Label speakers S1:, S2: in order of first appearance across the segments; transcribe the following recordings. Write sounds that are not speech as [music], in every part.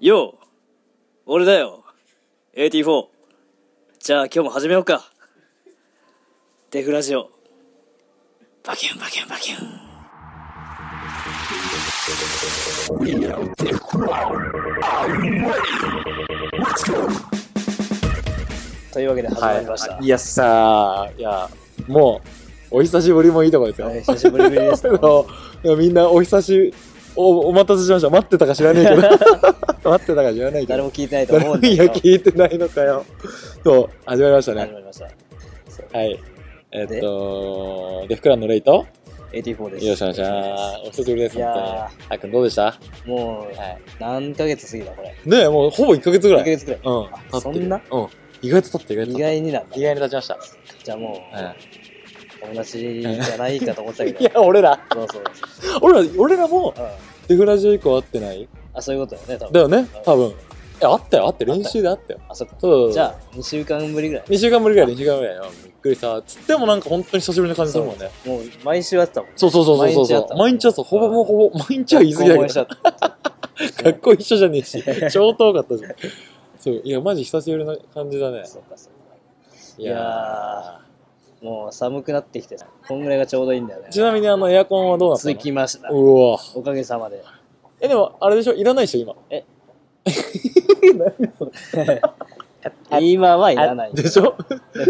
S1: よう俺だよ AT4 じゃあ今日も始めようかデフラジオバキュンバキュンバキュンというわけで始まりました、
S2: はい、いやさいやもうお久しぶりもいいとこですよ、
S1: はい久しぶりぶり
S2: [laughs]
S1: です
S2: あのみんなお久しおお待たせし [laughs] ました待ってたか知らないけど待ってたか知らない
S1: 誰
S2: けど
S1: も聞いてないと
S2: 誰
S1: 思う
S2: も
S1: んだ
S2: い
S1: け
S2: や
S1: ど
S2: 聞いてないのかよそう始まりました
S1: 始
S2: ね
S1: まりました
S2: はいえっとデフクランのレイと
S1: AT4 です
S2: よろしくお願いしますお久しぶりです
S1: いや
S2: 本
S1: ー
S2: 当にあっくんどうでしたは
S1: もう何ヶ月過ぎたこれ
S2: いねえもうほぼ1ヶ月ぐら
S1: 1ヶ
S2: い
S1: 月くらい
S2: うん経
S1: あ
S2: ってる
S1: そんな
S2: うん意外と経ってる意外
S1: 意
S2: と経っ
S1: 外になんだ
S2: て意外に経ちました、
S1: じゃあもう
S2: うん
S1: 友達じゃないかと思ってたけど
S2: いや俺ら
S1: そうそう
S2: 俺ら俺らも
S1: うん
S2: デフラジオ以降会ってない
S1: あそういうことよね多分
S2: だよね
S1: うん
S2: 多分えあったよあったよ練習であったよ
S1: あそっか
S2: そう
S1: じゃあ2週間ぶりぐらい
S2: 2週間ぶりぐらい2週間ぶりぐらいうんびっくりしたつってもなんか本当に久しぶりな感じするもんね
S1: もう毎週会ってたもん
S2: [laughs] そうそうそうそう
S1: 毎日や
S2: そ
S1: った
S2: う毎日やったほぼほぼほぼ毎日は言い過ぎ
S1: [laughs]
S2: だけど学校一緒じゃねえし超遠かったじゃんそういやマジ久しぶりな感じだね
S1: そうかそうか
S2: い
S1: いやもう寒くなってきてさこんぐらいがちょうどいいんだよね
S2: ちなみにあのエアコンはどうなった
S1: 続
S2: の
S1: きました
S2: うわ
S1: おかげさまで
S2: えでもあれでしょいらないでしょ今
S1: え
S2: 何それ
S1: 今はいらない
S2: でしょ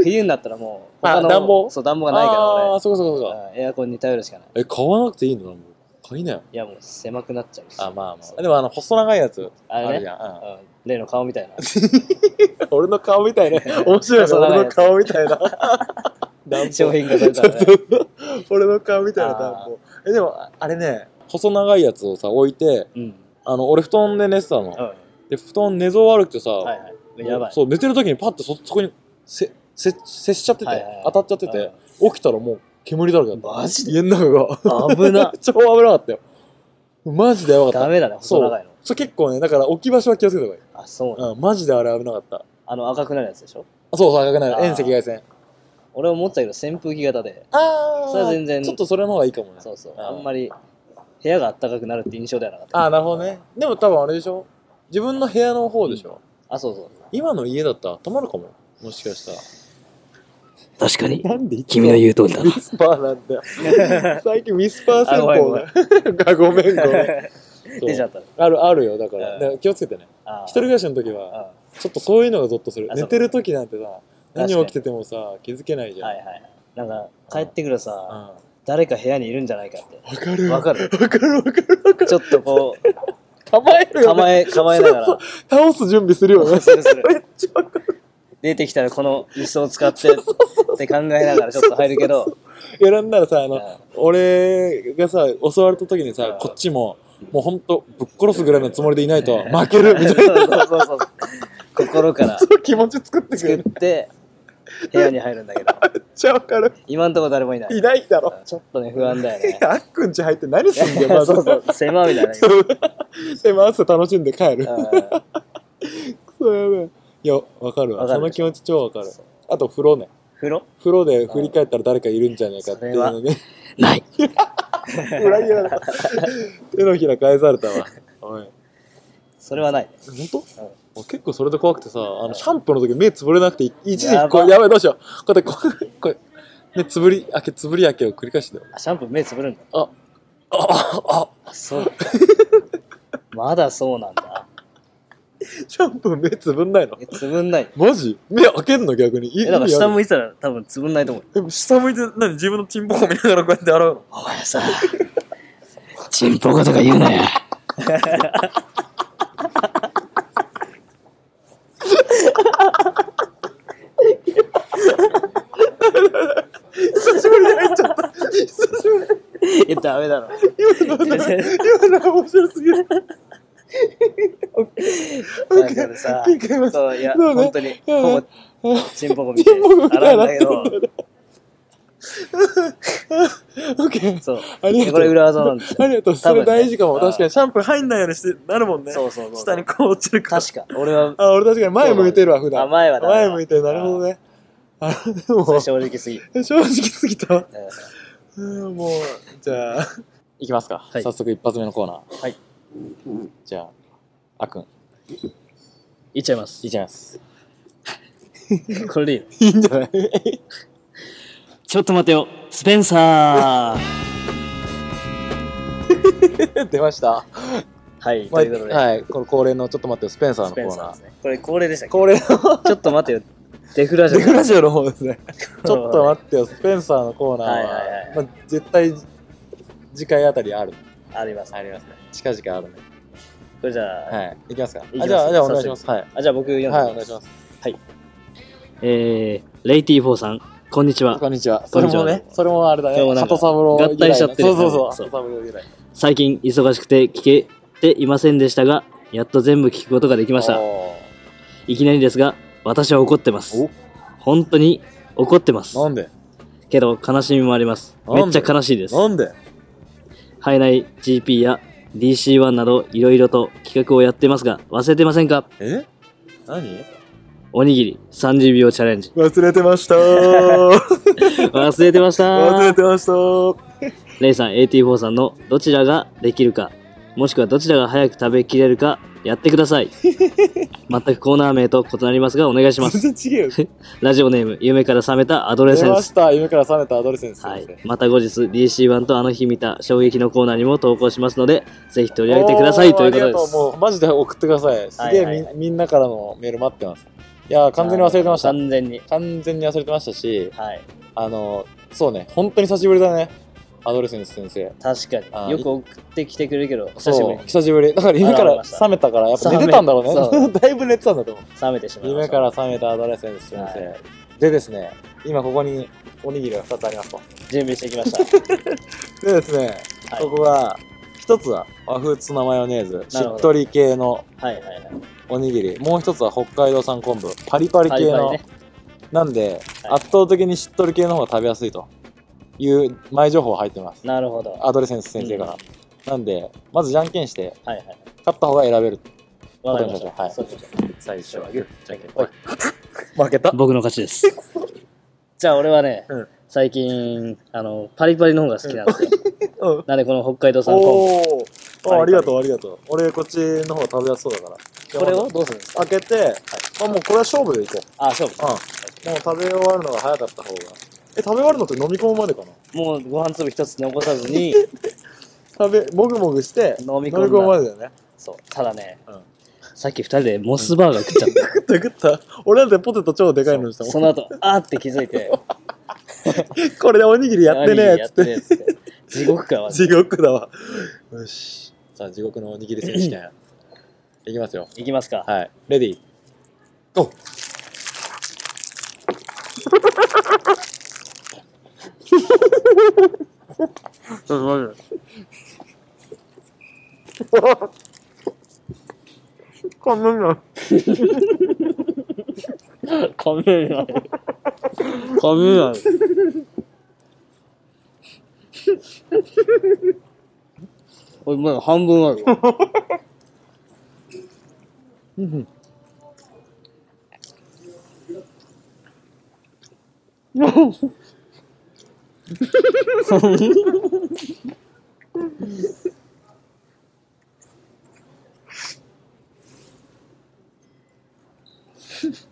S1: 冬になったらもう
S2: あ
S1: 他の
S2: 暖房
S1: そう暖房がないから
S2: あ
S1: 俺
S2: あそうかそうかそうか
S1: うんエアコンに頼るしかない
S2: え買わなくていいのなんか買いなよ
S1: いやもう狭くなっちゃうし
S2: あ、まあま
S1: そう
S2: あ。でも、あの、細長いやつ、
S1: あれね
S2: あるじゃん。うん
S1: うん例の顔みたいな
S2: 俺の顔みたいな。 [laughs] 面白いね。
S1: 細長い
S2: 俺
S1: や
S2: の
S1: つ
S2: 顔みたいな。 [laughs] 暖房
S1: 商品化されたらね
S2: そうそう俺の顔みたいな暖
S1: あ
S2: 房。え、でも、ああれね、細長いやつをさ、置いて、
S1: うん
S2: あの、俺布団で寝てた
S1: う
S2: の。
S1: ん
S2: で、布団寝相悪くてさ、
S1: はいはい。やばい。
S2: そう、寝てる時にパッてそ、そこに、せ、せ、接しちゃってて、
S1: はいはいはい
S2: 当たっちゃってて、起きたらもう煙だらけだった。
S1: マジで
S2: 家の中が。
S1: うん危な。
S2: [laughs] 超危なかったよ。マジでやばか
S1: ダ
S2: った。
S1: メだね、細長いの。
S2: そう、結構ね、だから置き場所は気をつけた方がいい。
S1: あ、そうなの
S2: うん、マジであれ危なかった。
S1: あの赤くなるやつでしょ
S2: あそうそう、赤くなる
S1: あ。ー
S2: 遠赤外線。
S1: 俺思ってたけど扇風機型で。
S2: あ
S1: それは全然
S2: ちょっとそれの方がいいかもね。
S1: そうそう。
S2: あ
S1: あ
S2: ー
S1: んまり部屋が暖かくなるって印象ではなかった。
S2: ああ、なるほどね。でも多分あれでしょ自分の部屋の方でしょ、
S1: あ、そうそう。
S2: 今の家だったらたまるかも。もしかしたら。
S1: 確かに。
S2: なんでいつも
S1: 君の言う通りだな
S2: ミスパーなんだよ。 [laughs] 最近ミスパー戦
S1: あごめ
S2: 法が。がごめん [laughs] ごめん。 [laughs] そう
S1: 出ちゃったね。
S2: ある、あるよ。だから。
S1: うん
S2: だから気をつけてね。
S1: あー
S2: 一人暮らしの時
S1: うん
S2: は、
S1: は
S2: ちょっとそういうのがゾッとする。
S1: あそう
S2: 寝てる時なんてさ、何
S1: 確かに
S2: 起きててもさ、気づけないじ
S1: い
S2: ゃん。
S1: はい。なんか、帰ってくる
S2: うん。
S1: さ、
S2: わ
S1: 誰か部屋にいるんじゃないか
S2: [laughs]
S1: って。
S2: かる。
S1: わ
S2: わ
S1: かる
S2: かるわかるわかる。
S1: ちょっとこう、
S2: 構えるよね。
S1: 構え、構えながら
S2: そう。倒す準備するよね。
S1: するす [laughs] る
S2: めっちゃわかる
S1: 出てきたらこの椅子を使ってって考えながらちょっと入るけど、
S2: い [laughs] やなんならさ、あの、
S1: うん
S2: 俺がさ、襲われた時に
S1: う
S2: さ
S1: ん、
S2: こっちも、もうほんと、ぶっ殺すぐらいのつもりでいないと、負ける
S1: [laughs]
S2: みたい
S1: そう
S2: な
S1: そうそうそう。心から
S2: そう気持ち作ってく
S1: 作
S2: れ
S1: っ
S2: る。
S1: て、部屋に入るんだけど、
S2: めっちゃわかる。
S1: 今んとこ誰もいない。
S2: いないだろ。
S1: ちょっとね、不安だよね
S2: い。やあっくんち入って何すんだよ、まず。
S1: そうそう、狭みたいな。
S2: [laughs] で、回す楽しんで帰る。
S1: う
S2: そうやべえ。いや、わかる
S1: わ
S2: わ。
S1: かる
S2: その気持ち超わか
S1: ん
S2: る。あと、風呂ね。
S1: 風呂
S2: 風呂で振り返ったら誰かいるんじゃないかっていうので、 [laughs]
S1: ない。
S2: 裏切られた。 [laughs] 手のひら返されたわ。おい。
S1: それはない。
S2: 本当、俺結構それで怖くてさあのシャンプーの時目つぶれなくてい一時
S1: やば
S2: こうやばいどうしようこうやってこうこう目つぶり開けつぶり開けを繰り返してたよ
S1: あシャンプー目つぶるんだ。
S2: ああああ
S1: あ、 [laughs] そう。まだそうなんだ。
S2: シャンプー目つぶんないの
S1: えつぶんない。
S2: マジ目開けんの逆にい
S1: え、なんか
S2: 意味あ
S1: 下
S2: る
S1: 向いてたら多分つぶんないと思う。
S2: でも下向いて何
S1: [laughs]
S2: 自分のチンポコ見ながらこうやって洗うの
S1: お前さ、チンポコとか言うなよ。
S2: 久しぶりに入っちゃった久しぶり
S1: え、ダメだろ。
S2: 今の今の面白す
S1: [laughs]
S2: ぎる
S1: なんかでさ、
S2: 一回ます
S1: そういや、
S2: そうね
S1: 本当に、
S2: うん
S1: ほぼ、チンポコみた
S2: チ
S1: い
S2: ンポコみ
S1: に
S2: た
S1: 洗う
S2: い
S1: ん
S2: な
S1: だけど、
S2: オッケー
S1: そう。
S2: ありがとう
S1: これ裏技なんですよ。
S2: ありがとうそれ
S1: 多分ね
S2: 大事かも確か
S1: う
S2: にシャンプー入んないようにしてなるもんね
S1: そうそうそう。
S2: 下にこう落ちるから
S1: 確か。俺は、
S2: あ、俺確かに前向いてるわ、普
S1: あ
S2: 段。
S1: 前はダメだ
S2: 前向いてる、なるほどね。あ、でも、
S1: それ
S2: 正
S1: 正直すぎる。
S2: 直すぎたわ。
S1: だからさ
S2: うん、もう、じゃあ。いきますか。
S1: はい
S2: 早速一発目のコーナー。
S1: はい。
S2: じゃあ、あっくん。
S1: いっちゃいます
S3: い。ちゃいます。
S1: [laughs] これでいいの [laughs]
S2: いいんじゃない
S1: ちょっと待てよ、スペンサー
S2: 出ました。
S1: はい、
S2: まあ
S1: ということで、
S2: はい、この恒例のちょっと待って、スペンサー
S1: ス
S2: の
S1: ペン
S2: コー
S1: サー
S2: ナ
S1: で
S2: ー
S1: す。ね。これ恒例でしたっけ
S2: 恒例の
S1: ちょっと待てよ、デフラジ
S2: デ
S1: オ。
S2: フラジオの方です
S1: [laughs]
S2: ね。ちょっと
S1: 待
S2: 待ってよ、スペンサーのコーナーは、
S1: はいはいはい
S2: まあ、絶対次回あたりある。
S1: って。あります。
S2: ありますね。近々あるね。
S1: これじゃあ、
S2: はい。いきますか。
S1: きます
S2: あじゃあ、じゃあお願いします。はい。
S1: あじゃあ僕読んでみ
S2: はい、お願
S1: ま
S2: い
S1: す
S2: します。
S1: えー、レイティフォーさん、こんにちは。
S2: こんにちは。
S1: こ
S2: そ
S1: ん
S2: れ
S1: にちは
S2: もね、それもあれだね。
S1: 今日もなんか
S2: 鳩三郎以来の
S1: 合体しちゃってる
S2: そうそうそう。
S1: そ
S2: 鳩
S1: う
S2: 三郎以来。
S1: 最近忙しくて聞けていませんでしたが、やっと全部聞くことができました。
S2: お
S1: いきなりですが、私は怒ってます
S2: お。
S1: 本当に怒ってます
S2: ー。なんで
S1: けど悲しみもあります。
S2: なん
S1: め
S2: で
S1: っちゃ悲しいです。
S2: なんで
S1: ハイナイ GP や DC1 などいろいろと企画をやってますが、忘れてませんか
S2: え何
S1: おにぎり30秒チャレンジ。
S2: 忘れて
S1: [laughs]
S2: ましたー
S1: 忘れてまし
S2: [laughs] 忘れ
S1: た
S2: てましたー
S1: レイさん、AT4 さんのどちらができるか、もしくはどちらが早く食べきれるか、やってくだ
S2: [laughs]
S1: さい。全くコーナー名と異なりますが、お願いします。
S2: 全然違
S1: [laughs]
S2: うよ。
S1: ラジオネーム、夢から覚めたアドレセ
S2: 出
S1: ン
S2: ま
S1: ス
S2: し。た。夢から覚めたアドレスです。
S1: はい、また後日 DC1 とあの日見た衝撃のコーナーにも投稿しますのでぜひ取り上げてくださいというこ
S2: おーありが
S1: と
S2: うも
S1: で
S2: うマジで送ってください。すげえみ,、
S1: はいはいはい
S2: みんなからのメール待ってます。いやー、完全に忘れてますした。
S1: 完全に
S2: 完全に忘れてましたし、
S1: はい
S2: あの、そうね、本当に久しぶりだね。アドレスンス先生。
S1: 確か
S2: あ
S1: に
S2: ー
S1: よく送ってきてくれるけど久しぶ
S2: そ
S1: り
S2: う、
S1: に
S2: 久しぶり。だから夢か
S1: あらあ
S2: ら
S1: ら
S2: 覚めたから、やっぱ寝てたんだろう
S1: そう
S2: ね。 [laughs] だいぶ寝てたんだと思う。
S1: 冷めてしまいま
S2: 夢
S1: した
S2: から覚めたアドレスンス先生。
S1: は
S2: でですね、今ここにおにぎりが2つありますと。
S1: 準備してきま
S2: [laughs]
S1: した
S2: でですね、
S1: はい
S2: ここが、一つは和風ツナマヨネーズ、し
S1: なるほど
S2: っとり系の
S1: はいはいはい
S2: おにぎり、もう一つは北海道産昆布、パリパリ
S1: パ
S2: 系
S1: リ
S2: の、
S1: パリね
S2: なんで、
S1: はい
S2: 圧倒的にしっとり系の方が食べやすいという前情報が入ってます。
S1: なるほどは
S2: アドレセンス先生から。なんで、まずじゃんけんして、
S1: いはい
S2: 勝った方が選べる。
S1: わかりました、
S2: はい
S1: そうしましょ
S2: 最初
S1: は
S2: グー、
S1: じゃんけんぽい
S2: 負けた
S1: う。僕の勝ちです [laughs] じゃあ俺はね、
S2: うん
S1: 最近あのパリパリの方が好きなんですよ、
S2: うん。
S1: なんでこの北海道産昆
S2: おーあありがとう、ありがとう。俺、こっちの方が食べやすそうだから。
S1: 布これ
S2: じゃあ
S1: を
S2: まず
S1: どうするんですか
S2: 開けて、あ、もうこれは勝負でいこう。
S1: あ勝負
S2: うん。もう食べ終わるのが早かった方が。え、食べ終わるのって飲み込むまでかな
S1: もうご飯粒一つ残さず
S2: [laughs]
S1: に
S2: 食べ、もぐもぐして、
S1: 飲み込んだ
S2: むまでだよね。
S1: そうただね、
S2: うん
S1: さっき二人でモスバーガー食っちゃった
S2: 食った食った。俺なんてポテト超でかいのにしたもん
S1: そ。の後あーって気づいて
S2: これでおにぎり [laughs] やってねえ
S1: や
S2: っ
S1: っ
S2: つってて
S1: ねえっつって地獄か
S2: [laughs]
S1: マジで
S2: 地獄だわよしさあ地獄のおにぎり選手
S1: [laughs]
S2: 権いきますよ
S1: いきますか、
S2: はいレディーゴーこんなんな
S1: 噛めない噛めないおいまだ半分あるわ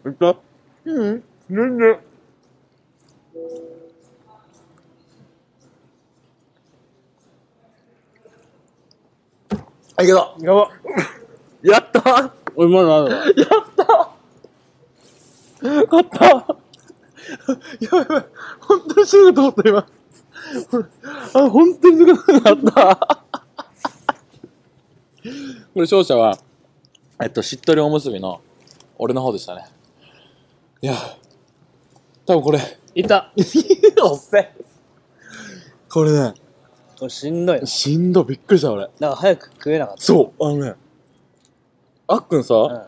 S2: いったうん全然あいけたやばやった
S1: おいまだあるわ
S2: よかった。やばいやばい。本当に死ぬかと思った、今。あ、本当に抜かなかった。これ、勝者は、えっと、しっとりおむすびの、俺の方でしたね。いや、多分これ、
S1: いった
S2: おっせ。これね、
S1: これしんどいな
S2: しんどい、びっくりした、俺。
S1: なんか早く食えなかっ
S2: そう、あのね、あっくんさ、
S1: た、うん、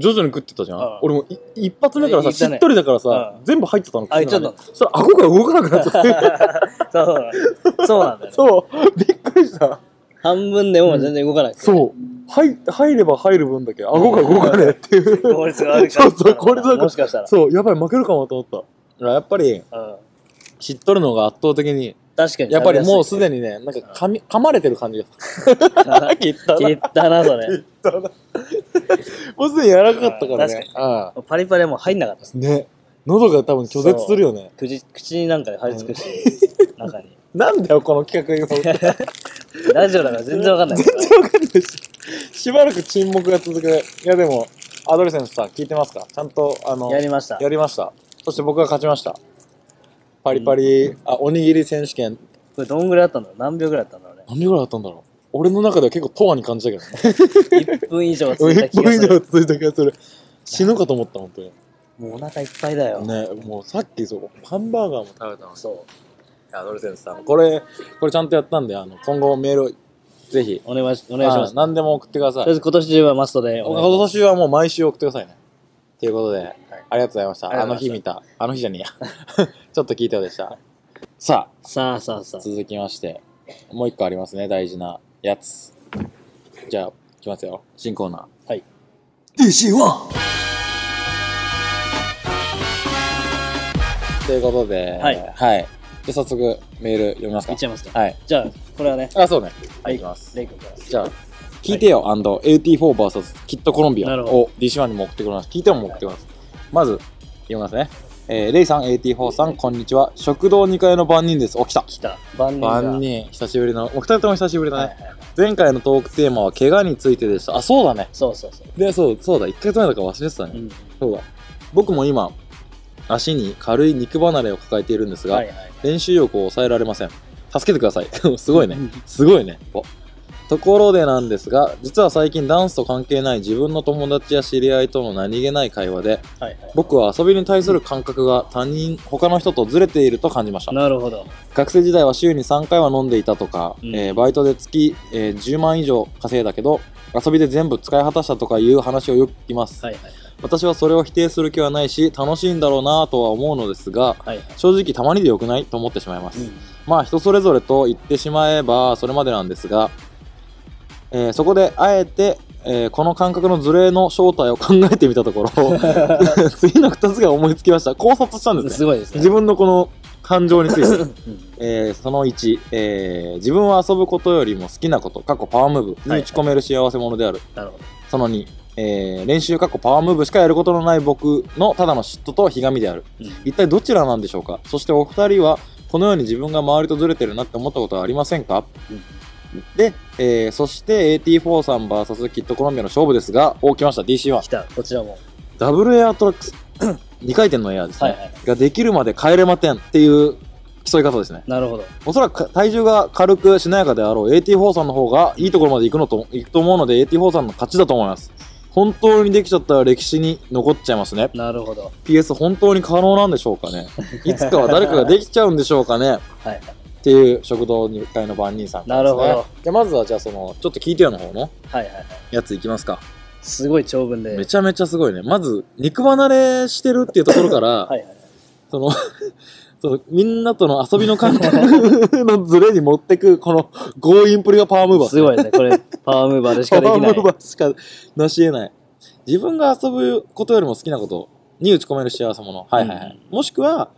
S2: 徐々に食ってたじゃん、
S1: うん
S2: 俺もい一発目から
S1: い
S2: さ
S1: い
S2: し
S1: だね
S2: っとりだからさ、
S1: うん
S2: 全部入ってたの
S1: あ入っちゃったの
S2: 口の中にそれ顎が動かなくなっちゃ [laughs] って
S1: そうそうなんだよ、ね、
S2: そうびっくりした
S1: 半分でも全然動かない、
S2: そう入入れば入る分だけ顎が動かねえっていう
S1: 効率が悪い
S2: [laughs] そうそう効率悪い
S1: もしかしたら
S2: そうやばい負けるかもと思ったやっぱり
S1: うん、
S2: しっとりの方が圧倒的に
S1: 確かに
S2: やっぱりもうすで [laughs]
S1: に
S2: にね [laughs] なんか噛み噛まれてる感じがきっ
S1: 切ったなそれ
S2: たな [laughs] もうすでに柔らかかったから
S1: 確
S2: ね。ああ
S1: パリパリはもう入んなかったです
S2: ね。喉が多分拒絶するよね。
S1: 口口になんか張り付くし、中に
S2: なんだよ、この企 [laughs] 画今。
S1: ラジオだから全然わかんない
S2: 全然わかんないし。しばらく沈黙が続く。いや、でも、アドレセンスさん、聞いてますかちゃんと、あの、
S1: やりました
S2: やりました。そして僕が勝ちました。パリパリ、あ、おにぎり選手権。
S1: これどんぐらいあったんだろう何秒ぐらいあったんだろうね
S2: 何秒ぐらいあったんだろう俺の中では結構とわに感じたけど [laughs] ね。
S1: 1分以上
S2: [laughs]
S1: は続いた気
S2: 1
S1: が
S2: 分以
S1: す
S2: 上
S1: る
S2: 続いた気がする。死ぬかと思った、本当に。
S1: もうお腹いっぱいだよ、
S2: ね、もうさっきそう、ハンバーガーも食べたの。
S1: そ
S2: アドレセンスさん。これ、これちゃんとやったんで、あの、今後メール、ぜひ
S1: う、お願いしお願いしま
S2: あ
S1: すと
S2: 何でも送ってください
S1: りあえ。ず今年中はマストでお願いし
S2: 今年はもう毎週送ってくださいね。ということで、ありがとうございました。
S1: ありがと
S2: あ
S1: う
S2: の
S1: ござい
S2: 日
S1: ま
S2: 見た。あの日じゃねえや。 [laughs] ちょっと聞いたでした。さ
S1: ますさあさあさ
S2: あ、
S1: あ
S2: 続きまして、もう一個ありますね、大事なやつ。じゃあ、いきますよ。新コーナー。
S1: はい。
S2: DC1! ということで、
S1: はい
S2: はい。で、早速、メール読みます
S1: いっ
S2: か
S1: ち。ゃいますか
S2: はい。
S1: じゃあこれはね
S2: あ、そうね。
S1: はい
S2: いきます。
S1: レイ君から
S2: じゃあ、聞いてよ、&AT4vs キットコロンビ
S1: な
S2: ア
S1: るほ
S2: を DC1 にも送ってくれます。聞いてよも送ってくれます。まず、読みますね。えーレイさん、AT4 さん、こんにちは。食堂2階の番人です。起きた。
S1: 来た万人が
S2: 番人、久しぶりの、お二人とも久しぶりだね、
S1: はいはいはい
S2: 前回のトークテーマは、怪我についてでした。あ、そうだね。
S1: そうそうそう
S2: で、そう、そうだ。1ヶ月前だから忘れてたね。
S1: うん
S2: そうだ。僕も今、足に軽い肉離れを抱えているんですが、
S1: はいはい
S2: 練習欲を抑えられません。助けてください。 [laughs] すごいね
S1: うん。
S2: すごいね。おところでなんですが、実は最近ダンスと関係ない自分の友達や知り合いとの何気ない会話で、
S1: はいはい
S2: 僕は遊びに対する感覚が他人、他の人とずれていると感じました。
S1: なるほど
S2: 学生時代は週に3回は飲んでいたとか、
S1: うん
S2: えーバイトで月、えー10万以上稼いだけど、遊びで全部使い果たしたとかいう話をよく聞きます。
S1: はいはい
S2: 私はそれを否定する気はないし、楽しいんだろうなぁとは思うのですが、
S1: はいはい
S2: 正直たまにで良くないと思ってしまいます。
S1: うん
S2: まあ人それぞれと言ってしまえばそれまでなんですが、えーそこであえて、えーこの感覚のズレの正体を考えてみたと [laughs] ころ次の2つが思いつきました考察したんですね
S1: すごいですね
S2: 自分のこの感情につ [laughs] いて、
S1: うん
S2: えーその1、えー自分は遊ぶことよりも好きなこと過去パワームーブに打ち込める幸せ者である、
S1: なるほど
S2: その2、えー練習過去パワームーブしかやることのない僕のただの嫉妬とひがみである
S1: うん
S2: 一体どちらなんでしょうかそしてお二人はこのように自分が周りとずれてるなって思ったことはありませんか、で、えーそして AT4 さん VS キットコロンビアの勝負ですがお来ました DC1
S1: 来たこちらも
S2: ダブルエアトラッ
S1: [clears throat]
S2: クス2回転のエアですね、
S1: はいはい
S2: ができるまで帰れまてんっていう競い方ですね
S1: なるほど
S2: おそらく体重が軽くしなやかであろう AT4 さんの方がいいところまで行くのと行くと思うので AT4 さんの勝ちだと思います本当にできちゃったら歴史に残っちゃいますね
S1: なるほど
S2: PS 本当に可能なんでしょう
S1: [laughs]
S2: かねいつかは誰かができちゃうんでしょうかね
S1: はい
S2: っていう食堂2階の番人さんからですね
S1: なるほど
S2: じゃあまずはじゃあそのちょっと聞いてよの方の
S1: はいはいはい
S2: やついきますか、
S1: すごい長文で
S2: めちゃめちゃすごいねまず肉離れしてるっていうところから、
S1: [laughs] はいはい
S2: そのそのみんなとの遊びの感
S1: [laughs]
S2: 覚のズレに持ってくこの強引プリがパワームーバー
S1: すごいですねこ
S2: [laughs]
S1: れパワームーバーでしかで
S2: パワ
S1: き
S2: ーム
S1: ない
S2: ーバーしかなし得ない。自分が遊ぶことよりも好きなことに打ち込める幸せ者。はいはいはい。もしくは、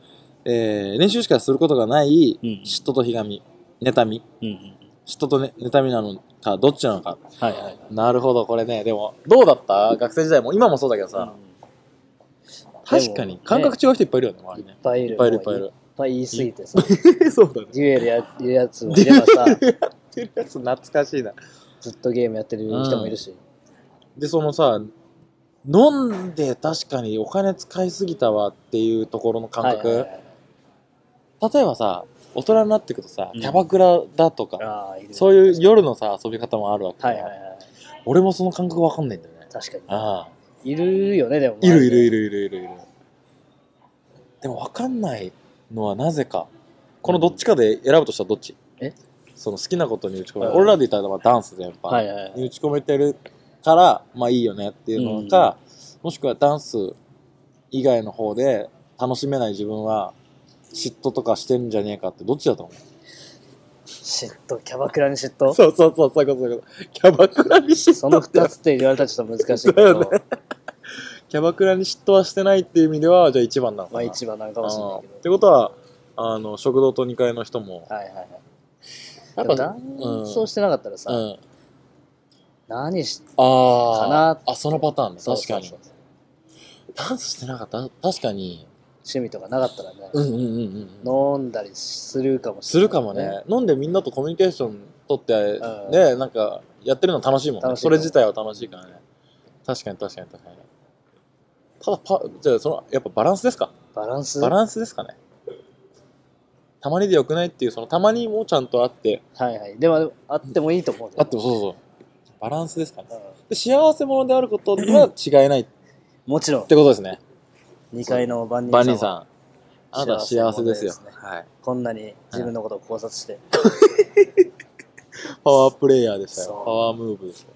S2: えー練習しかすることがない
S1: うん
S2: 嫉妬とひがみ、妬み、
S1: うんうん
S2: 嫉妬と、ね、妬みなのか、どっちなのか。
S1: はいはい
S2: なるほど、これね、でも、どうだった学生時代も、今もそうだけどさ、確かに、感覚違う人いっぱいいるよね、周
S1: い
S2: り
S1: っ
S2: ね。
S1: ぱいいる
S2: いっぱいいるいっぱいいる
S1: っぱい言いすぎてさ
S2: そうだね。
S1: デュエルやるやつ
S2: [laughs]
S1: もいればさ
S2: やってるやつ懐かしいな。
S1: ずっとゲームやってる人もいるし
S2: でそのさ飲んで確かにお金使いすぎたわっていうところの感覚、
S1: はいはいはい
S2: 例えばさ大人になってくとさ
S1: うん
S2: キャバクラだとか、
S1: ああいる
S2: そういう夜のさ遊び方もあるわけ、
S1: はいはいはい
S2: 俺もその感覚わかんないんだよね
S1: 確か
S2: ああ
S1: にいるよねでも
S2: いるいる
S1: る
S2: いるいるいるいるでもわかんないのはなぜかこのどっちかで選ぶとしたらどっち
S1: え
S2: その好きなことに打ち込め
S1: は
S2: る
S1: いはい
S2: 俺らで言ったらまあダンス全般、
S1: はいはいはい
S2: に打ち込めてるからまあいいよねっていうのか、もしくはダンス以外の方で楽しめない自分は嫉妬とかしてんじゃねえかってどっちだと思う
S1: 嫉妬キャバクラに嫉妬
S2: そうそうそうそういうことそういうことキャバクラに嫉
S1: その2つって言われたらちょっと難しいけ
S2: だよ
S1: ど
S2: ねキャバクラに嫉妬はしてないっていう意味ではじゃあ一番なのか
S1: ま
S2: な
S1: あ一番なのかもしれない
S2: うんっ
S1: け
S2: てことはあの食堂と2階の人も
S1: どはいはいはい
S2: や
S1: で
S2: っ
S1: も
S2: ぱ
S1: 談笑してなかったらさ
S2: うん
S1: 何し
S2: あ
S1: かな
S2: あそのパターンね
S1: そう
S2: 確
S1: そ
S2: か
S1: う
S2: に
S1: そう
S2: ダンスしてなかった確かに
S1: 趣味とかなかったらね、
S2: うんうんうんうん
S1: 飲んだりするかもし
S2: す
S1: れない、
S2: るかもね飲んでみんなとコミュニケーション取って
S1: ん
S2: ねなんかやってるの楽しいもんね
S1: 楽しい
S2: それ自体は楽しいからね確かに確かに確かにただパじゃあそのやっぱバランスですか
S1: バランス
S2: バランスですかねたまにでよくないっていうそのたまにもちゃんとあって
S1: はいはいでもあってもいいと思うけど
S2: あってもそうそうバランスですかね
S1: うん
S2: で幸せ者であることは違いないって
S1: もちろん
S2: ことですね
S1: 2階の番人さ
S2: バ
S1: ん
S2: ンニー
S1: は
S2: さんあなたは幸せですよ
S1: 幸せ者です
S2: はい
S1: こんなに自分のことを考察して、
S2: パワープレイヤーでしたよ
S1: そう
S2: パワームーブでしたよ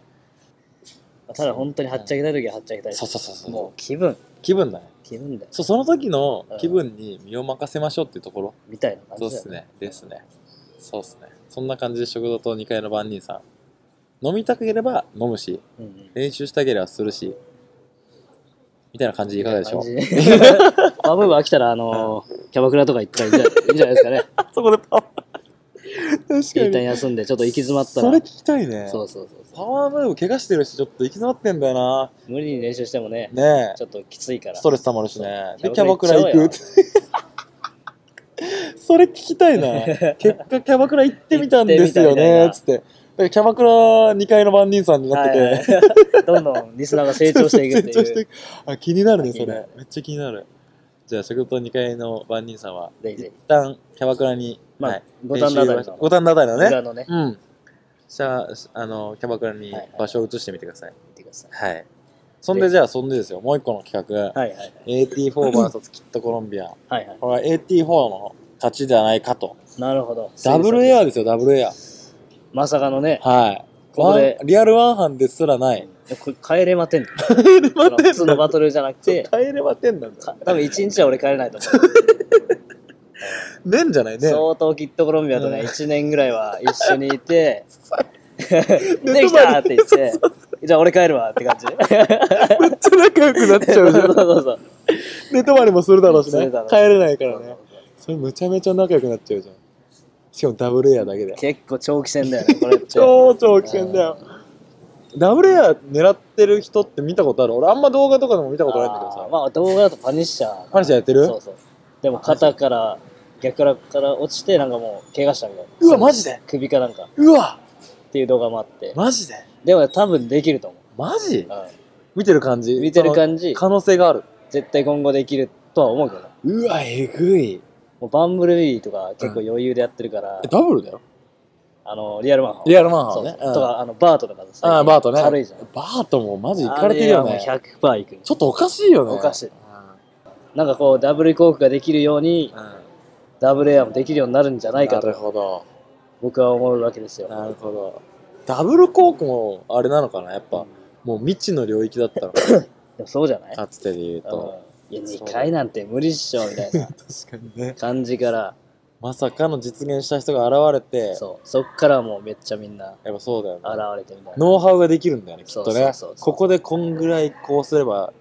S1: ただ本当にはっちゃけたい時ははっちゃけたい
S2: そうそうそうそう
S1: もう気分
S2: 気分だね
S1: 気分だよ
S2: そうその時の気分に身を任せましょうっていうところ、
S1: みたいな感じ
S2: そうっ
S1: だよ
S2: すねですねそうっすねそんな感じで食堂と2階の番人さん飲みたければ飲むし
S1: うんうん
S2: 練習したければするしみたいな感じでいかがでしょう
S1: 感じ [laughs] バブーバー飽きたら、あのーキャバクラとか行ったらいいんじゃないいいんじゃないですかね。
S2: あ [laughs] そこでパワー確かに
S1: 一旦休んで、ちょっと行き詰まったら。
S2: それ聞きたいね
S1: そうそうそう
S2: パ
S1: そ
S2: ワームーブ怪我してるしちょっと行き詰まってんだよ
S1: う。無理に練習してもね、
S2: なねえ
S1: ちょっときついから。
S2: ストレス溜まるしね。
S1: そう
S2: で、キャバクラ行くって。 [laughs] それ聞きたい
S1: [laughs]
S2: な。結果、キャバクラ行ってみたんですよ
S1: 行ってみたみ
S2: ね。
S1: たいな
S2: つって。だからキャバクラ2階の番人さんになってて。
S1: はいはいどんどんリスナーが
S2: [laughs]
S1: 成長していく [laughs] って
S2: 成長して
S1: い。
S2: いうくあ、気になるね、そ
S1: 気にな
S2: れ
S1: る。
S2: めっちゃ気になる。じゃあ、食堂2階の番人さんは、
S1: ぜひぜ
S2: 一旦キャバクラに、
S1: まあ
S2: はい
S1: 五反田あたりの
S2: 練習を五反田あたり
S1: ひ。
S2: のね。
S1: 裏のね、
S2: うん。じゃあ、あの、キャバクラに
S1: はいはい
S2: 場所を移してみてください。
S1: 見てください。
S2: はい。そんで、
S1: で
S2: じゃあ、そんでですよ。もう一個の企画。
S1: はいはい
S2: AT4vs キットコロンビア。
S1: はい。はいはい。
S2: これは AT4 の勝ちじゃないかと。
S1: なるほど。
S2: ダブルエアですよ、ダブルエア。
S1: まさかのね、
S2: はい。
S1: ここで
S2: ワンリアルワンハンですらない。
S1: これ帰れまてんの。
S2: 帰れ
S1: その普通のバトルじゃなくて、
S2: 帰れまてんなん
S1: か
S2: だ。
S1: 多分一日は俺帰れないと思う。
S2: ねんじゃないね。
S1: 相当キットコロンビアとね、
S2: うん
S1: 1年ぐらいは一緒にい
S2: [laughs]
S1: て、
S2: で
S1: できたって言
S2: [laughs]
S1: って、じゃあ俺帰るわって感じ。
S2: めっちゃ仲良くなっちゃ
S1: そう
S2: うじ
S1: そ
S2: ゃん
S1: う。そうそう。
S2: [laughs] 寝泊まりもするだろうし
S1: す
S2: ね
S1: るだろ。うし
S2: 帰れないか
S1: そ
S2: ら
S1: うそう
S2: ね
S1: そ。う
S2: それむちゃめちゃ仲良くなっちゃうじゃん。しかもダブルエアだけで。
S1: 結構長期戦だよね、これって。
S2: 超長期戦だよ。ダブルエア狙ってる人って見たことある俺あんま動画とかでも見たことないんだけど
S1: あ
S2: さ
S1: ー。まあ動画だとパニッシャー。
S2: パニッシャーやってる
S1: そうそう。でも肩から、逆からから落ちて、なんかもう怪我したみたいな。
S2: うわマジで
S1: 首かなんかっ
S2: うわ
S1: ていう動画もあって。
S2: マジで
S1: でも多分できると思
S2: マジ
S1: う。
S2: 見てる感じ
S1: うん、見てる感じ
S2: その、可能性がある
S1: 絶対今後できるとは思うけど。
S2: うわえぐい
S1: もうバンブルビーとか結構余裕でやってるから、
S2: ダブルだよ
S1: あの、リアルマンハン。
S2: リアルマンハンね
S1: そうそう
S2: うん
S1: とか、あの、バートとかさ
S2: ああバートね
S1: 軽いじゃん。
S2: バートもマジいかれてるよ
S1: あ
S2: ね
S1: れはもう100%いくね
S2: ちょっとおかしいよね
S1: おかしい
S2: うん
S1: なんかこう、ダブルコークができるように、ダブルエアもできるようになるんじゃないか
S2: な
S1: と
S2: る、ほど
S1: 僕は思うわけですよ。
S2: なるほどダブルコークもあれなのかなやっぱもう未知の領域だったのか
S1: でもそうじゃない
S2: なかつてで言うと
S1: うんいや、2回なんて無理っしょ、みたい
S2: [laughs]
S1: な
S2: 確かにね
S1: 感じから、
S2: まさかの実現した人が現れて
S1: そう。そっからもうめっちゃみんな
S2: やっぱそうだよね
S1: 現れてみたいな。
S2: ノウハウができるんだよねきっと
S1: そうそ
S2: ね
S1: うそうそう
S2: ここでこんぐらいこうすれば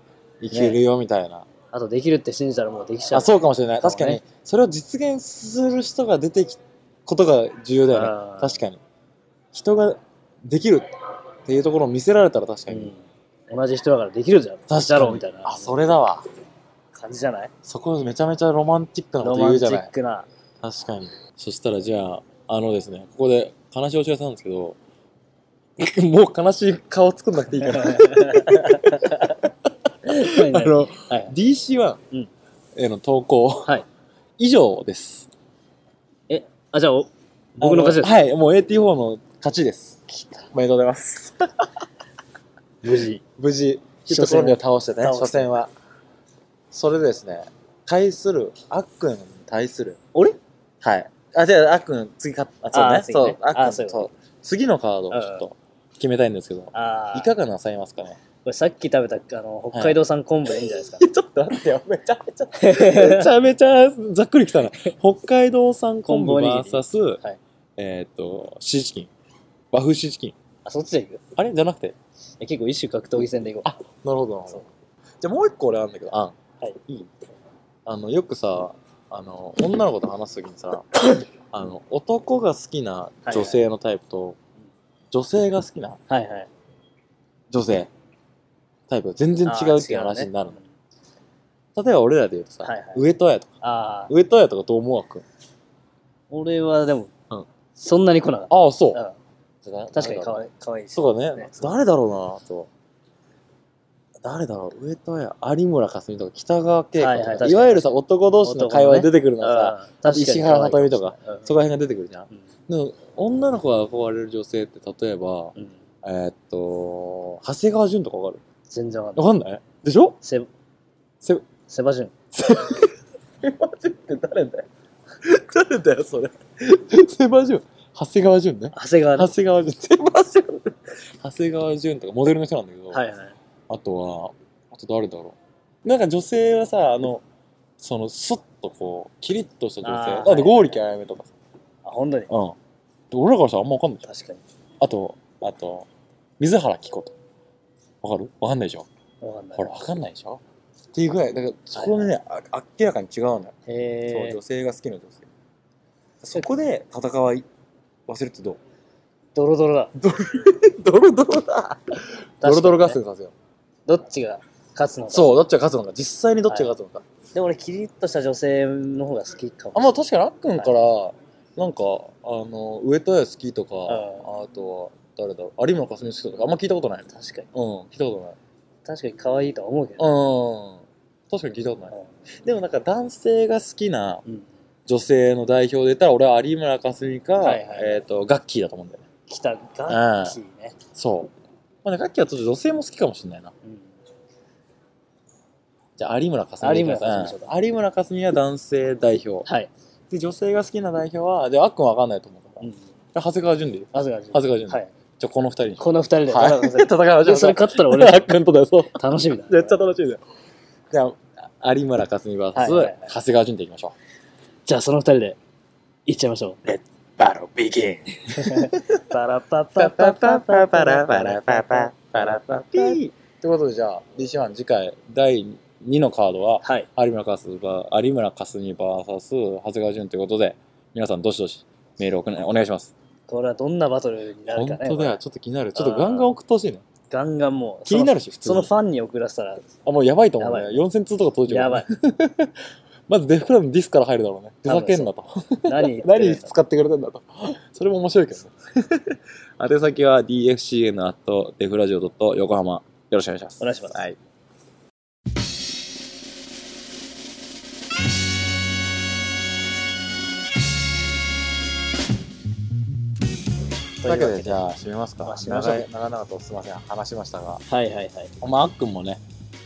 S2: いけるよみたいな
S1: あと、できるって信じたらもうできちゃう。
S2: あそうかもしれない
S1: そうね
S2: 確かにそれを実現する人が出てきことが重要だよ
S1: あ
S2: ね
S1: ー
S2: 確かに人ができるっていうところを見せられたら確か
S1: う
S2: に、
S1: ん。同じ人だからできるじゃん。
S2: 確かに
S1: だろうみたいな
S2: あそれだわ
S1: 感じじゃない
S2: そこめちゃめちゃロマンチックなこ
S1: ロ
S2: と
S1: マ
S2: 言う
S1: ン
S2: じ
S1: チ
S2: ゃな
S1: ッ
S2: い
S1: ク
S2: [laughs]
S1: な。 [laughs]
S2: 確かにそしたらじゃああのですねここで悲しいお知らせなんですけど [laughs] もう悲しい顔作んな
S1: [laughs]
S2: くていいかなあの
S1: はい
S2: DC1
S1: うん
S2: への投稿、
S1: はい
S2: 以上です
S1: え、あ、じゃあ、お僕の勝ちで
S2: あ
S1: す。
S2: はいもう AT4 の勝ちですおめでとうございます
S1: 無事。
S2: 無事、ヒ
S1: 初戦
S2: ットコロンビア倒してね、
S1: 倒して
S2: 初戦は。それでですね、対する、あっくんに対する、俺はい。あ、じゃあ、あっくん、次か、あ、そう
S1: あ
S2: ね
S1: ー、次ね
S2: そう、あっ
S1: あ
S2: く
S1: ー
S2: ん、
S1: そういう
S2: そ
S1: こ
S2: う、次のカードをちょっと決めたいんですけど、
S1: ああ。
S2: いかがなさいますか
S1: [laughs]
S2: ね
S1: これさっき食べた、あの、北海道産昆布でいいんじゃないですか。
S2: ちょっと待ってよ、めちゃめちゃ、 [laughs] めちゃめちゃざっくりきたな。北海道産昆
S1: 昆
S2: 布
S1: 布おにぎり
S2: VS
S1: はい、
S2: えーっと、シーチキン。和風シーチキン。
S1: [laughs] あ、そっちで行くい
S2: あれじゃなくて
S1: や結構一種格闘技戦で行こう。
S2: なるほどなるほ
S1: そう
S2: ど。じゃあもう一個俺あるんだけど、あん。
S1: はい。
S2: いいあの、よくさ、あの、女の子と話すときに
S1: [coughs]
S2: さ、あの、男が好きな女性のタイプと、女性が好きな
S1: はいはい。
S2: 女性タイプが全然違うっていう話になるの、例えば俺らで言うとさ、
S1: はいはい
S2: 上戸彩とか
S1: あー
S2: 上戸彩とかどう思うわくん
S1: 俺はでも、
S2: うん
S1: そんなに来なかっ
S2: ああそう
S1: た、うん
S2: 確
S1: 確かにかわいかわいいし
S2: そうだね誰だろうなと誰だろう上戸彩有村架純とか北川景子とか,、
S1: はい
S2: い
S1: はい確かに
S2: わゆるさ男同士の会話で出てくるのは
S1: あ
S2: さ、石原さとみとか、そこら辺が出てくるじゃん。
S1: うん
S2: でも、女の子が憧れる女性って、例えば、
S1: うん、
S2: えーっと、長谷川淳とかわかる
S1: 全然わかんない
S2: わかんないでしょ
S1: セ
S2: セバ
S1: セバジュン
S2: ジュンって誰だよ誰だよ、それ。セバジュン。長谷川淳ね。
S1: 長谷川
S2: 長
S1: ね
S2: 谷川淳。セバジュン。長谷川淳とか、モデルの人なんだけど、
S1: はいはい
S2: あとは、あと誰だろう。なんか女性はさ、あの、その、スッとこう、キリッとした女性。
S1: あー
S2: あと、剛力あやめとかさ。
S1: あ本当に
S2: うん。で俺らからしたらあんまわかんないじゃん
S1: 確かに
S2: あと、あと、水原希子と。わかるわかんないでしょ
S1: わかんない
S2: ほら、わかんないでしょっていうぐらい、だから、そこでね、あ明らかに違うのよ。そう、
S1: へえ
S2: 女性が好きな女性。そこで、戦い、忘れるってどう
S1: ドロドロだ
S2: [laughs] ドロドロだドロドロ合
S1: 確かにね
S2: 戦させよう。
S1: どっちが勝つのか
S2: そう、どっちが勝つのか。実際にどっちが勝つのか。
S1: でも俺キリッとした女性の方が好きかも
S2: あ、まあ確かに、あっくんから、なんか、あの、上戸彩好きとか、
S1: う
S2: あとは、誰だろう、有村架純好きとか、あんま聞いたことない。
S1: 確かに
S2: うん、聞いたことない。
S1: 確かに可愛いとは思うけどね
S2: うん。確かに聞いたことない。でもなんか男性が好きな
S1: うん
S2: 女性の代表で言ったら俺は有村架純か、
S1: はいはい
S2: えっ、と、ガッキーだと思うんだよね。
S1: 北ガッキーね
S2: そう。まあね、ガッキーはちょっと女性も好きかもしれないな。
S1: うん
S2: じゃあ有村架純でいきます。
S1: 有村架純
S2: うん有村架純は男性代表。
S1: はい
S2: で、女性が好きな代表は、で、あっくんわかんないと思うから。
S1: うん
S2: じゃあ長谷川淳でいい
S1: 長谷川淳
S2: 長谷川淳。
S1: はい
S2: じゃあこの二人にしよ
S1: この二人
S2: う。
S1: で
S2: はい。戦い [laughs] ましょう。
S1: でそれ勝ったら
S2: 俺
S1: 俺
S2: あっくんとだよ、そう。
S1: 楽しみだ
S2: めっ [laughs] ちゃ楽しいだよ。じゃあ、有村架純 VS、
S1: はいはいはい
S2: 長谷川淳でいきましょう。
S1: じゃあその二人で行っちゃいましょう
S2: バロビギン
S1: パラパ
S2: パ
S1: パ
S2: パ
S1: パ
S2: パ
S1: パパパ
S2: パパラ
S1: ラ
S2: パ
S1: パ
S2: ラ
S1: ラ
S2: パ
S1: パパ
S2: パパ
S1: パ
S2: ラ
S1: ラ
S2: パ
S1: パ
S2: ピ
S1: ピ
S2: ー
S1: ー
S2: ということでじゃあ DC1 次回第2のカードは
S1: はい
S2: 有村かすば有村かすに VS 長谷川潤ということで皆さんどしどしメールをおくねお願いします
S1: これはどんなバトルになる
S2: 本
S1: かね
S2: 当だ
S1: こ
S2: よ
S1: れ
S2: ちょっと気になるちょっとガンガン送ってほしいね
S1: ガンガンもう
S2: 気になるし普通
S1: その
S2: に
S1: ファンに送らせたら
S2: あもうやばいと思うね
S1: やば
S2: 4000通とか届いちゃ
S1: や
S2: う
S1: ばい
S2: まずデフクラブのディスから入るだろうねふざけんなと
S1: 何言って
S2: [laughs] 何
S1: る
S2: に
S1: の
S2: 使ってくれたん
S1: [laughs]
S2: だと。それも面白いけどね。宛先は dfcn.defradio. 横浜。よろしくお願いします。
S1: お願いします
S2: はい。というわけで、じゃあ、締めますか。
S1: まあ締めましょう
S2: 長い長々とすみません。話しました
S1: は
S2: が。
S1: いはいはい
S2: まあ、あっくんもね、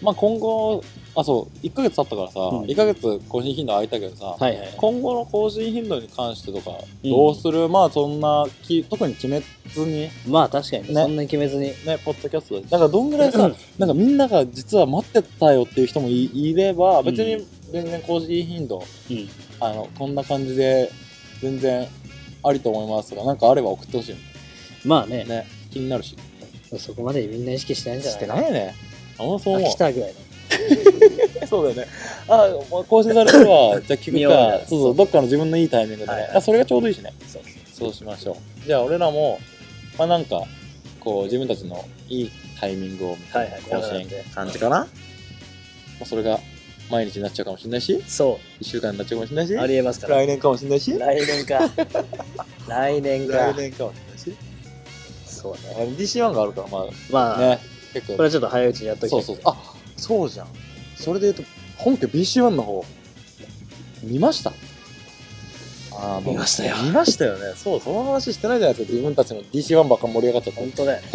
S2: まあ今後、あ、そう、1ヶ月経ったからさ、
S1: うん
S2: 1ヶ月更新頻度空いたけどさ、
S1: はいはい
S2: 今後の更新頻度に関してとか
S1: うん
S2: どうする、まあそんなき特に決めずに
S1: まあ確かにね
S2: ね
S1: そんなに決めずに
S2: ねポッドキャストでだからどんぐらいさなんかみんなが実は待ってたよっていう人もいいれば別
S1: う
S2: に
S1: ん
S2: 全然更新頻度、
S1: うん
S2: あのこんな感じで全然ありと思いますとかなんかあれば送ってほしい
S1: まあね
S2: のね気になるし
S1: そこまでみんな意識してないんじゃない
S2: いよねあんまそ
S1: 飽
S2: う思
S1: き
S2: う
S1: たぐらいの
S2: そうだよねあ、まあ、更新されたらじゃあ聞
S1: 見
S2: く
S1: ようよ
S2: かそうそうどっかの自分のいいタイミングでね、
S1: はいはい
S2: あそれがちょうどいいしね
S1: そう
S2: そうしましょう。じゃあ俺らも、まあなんか、こう自分たちのいいタイミングを見て
S1: はいはい
S2: 更
S1: 考え
S2: 新
S1: て
S2: 感じかな、まあ、それが毎日になっちゃうかもしれないし、
S1: そ
S2: 1週間になっちゃうかもしれないう
S1: あ
S2: し、
S1: りえますから
S2: 来年かもしれないし、
S1: 来年か [laughs] 来年か
S2: 来年かもしれないし、
S1: そう
S2: あ
S1: ね
S2: の DC1 があるから、まあ
S1: まあ
S2: ね、結構、
S1: これはちょっと早いうちにやっときた
S2: そう
S1: い
S2: そうあそうじゃん。それで言うと、本家 BC1 の方、見ましたあーもう
S1: 見ましたよ
S2: 見ましたよね。そう、その話してないじゃないですか。自分たちの DC1 ばっか盛り上がっちゃった。
S1: 本当 [laughs] だよね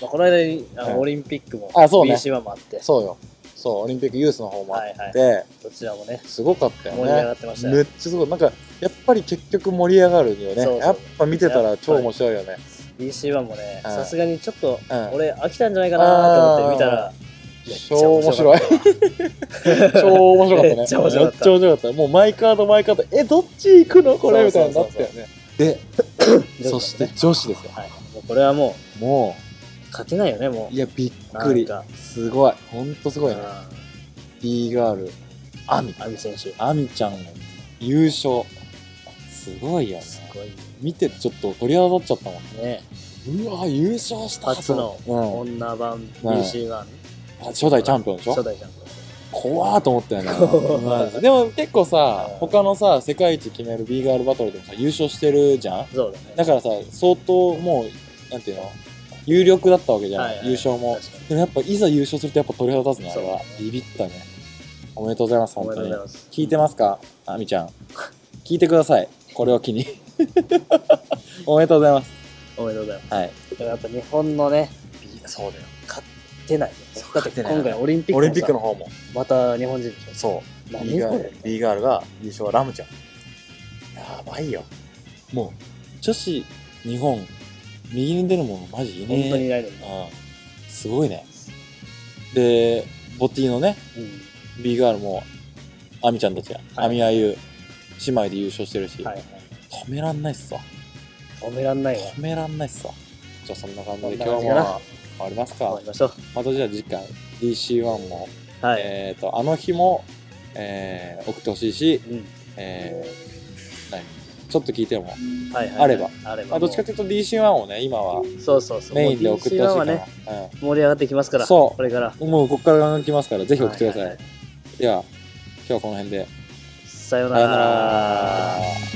S1: まあこの間にあ
S2: う
S1: の
S2: ん
S1: オリンピックも
S2: あそうね
S1: BC1 もあって
S2: そうよ。そう、オリンピックユースの方もあ
S1: はい
S2: っ
S1: はい
S2: て、
S1: どちらもね
S2: すごかったよ
S1: 盛り上
S2: ね
S1: が。ってましたよ
S2: めっちゃすごい。なんか、やっぱり結局盛り上がるよね。
S1: そうそう
S2: やっぱ見てたら超面白いよね。
S1: BC1 もね
S2: うん
S1: さすがにちょっと
S2: うん
S1: 俺飽きたんじゃないかなと思って見たらめっちゃ
S2: 超面白い。
S1: 面白
S2: [laughs] 超面白かったね。
S1: めっちゃ面白かった
S2: めちゃ面白かった。もう毎カード毎カード、え、どっち行くのこれみたいになったよね。で、
S1: 女子だね
S2: そして女子ですよ。
S1: はいもうこれはも
S2: も
S1: う勝てないよねも
S2: う、
S1: う
S2: いや、びっくり
S1: なん。
S2: すごい。ほんとすごいね。
S1: う
S2: B ガール、アミ。
S1: ん亜美選手す
S2: アミちゃんの優勝。すごいよね。
S1: ごい
S2: 見ててちょっと鳥肌立っちゃったもんね。
S1: ね
S2: うわ優勝した
S1: 初の
S2: うん
S1: 女版 BC1、
S2: あ初代チャンピオンでしょ
S1: 初代チャンピオンです
S2: 怖ーと思ったよね
S1: [laughs] 怖い
S2: うんでも結構さ
S1: うん
S2: 他のさ世界一決める B ガールバトルでもさ優勝してるじゃん
S1: そうだね
S2: だからさ相当もうなんていうの有力だったわけじゃん、
S1: はいはい
S2: 優勝も
S1: 確かに
S2: でもやっぱいざ優勝するとやっぱ鳥肌立つねあれ
S1: そう
S2: はビビったねおめでとうございます
S1: おめ
S2: 本
S1: で
S2: 当
S1: とうご
S2: に
S1: ざいます
S2: 聞いてますかあみちゃん聞いてくださいこれを [laughs] 機におめでとうございます
S1: おめでとうございま
S2: はい
S1: すだからやっぱ日本のね
S2: そうだよ
S1: 勝ってないよね
S2: そう
S1: だって
S2: 勝ってない
S1: 今回オリンピック
S2: オリンピック
S1: の
S2: の方も
S1: また日本人でしょ
S2: そう
S1: 何
S2: B ガー
S1: これ
S2: ル B ガールが優勝はラムちゃんやばいよもう女子日本右に出るものマジいねえ
S1: 本当にいないのに、
S2: うんすごいねでボティのね
S1: うん、
S2: B ガールもアミちゃんたちや、
S1: はい
S2: アミアユ姉妹で優勝してるし、
S1: はいはい
S2: 止めらんないっすわ
S1: 止めらんないわ
S2: 止めらんないっすわじゃあそんな感じで今
S1: そ
S2: 日
S1: んな感じ
S2: も終
S1: かな
S2: わります
S1: 終わ
S2: か
S1: りましょ
S2: またじゃあ次回 DC1 も、
S1: うはい、
S2: えっ、とあの日も、えー、送ってほしいし、
S1: うん
S2: えー、何ちょっと聞いても、
S1: はいはい、
S2: あれば
S1: あれば
S2: まあ、どっちかというと DC1 をね今は
S1: そうそうそう
S2: メインで送ってほしい
S1: も
S2: か
S1: う DC1
S2: な
S1: はね、盛り上がってきますから
S2: そう
S1: これから
S2: うん、もうここから来ますからぜひ送ってください、
S1: はいはい
S2: では今日はこの辺で
S1: さよう
S2: さ
S1: な
S2: ような
S1: ら
S2: ら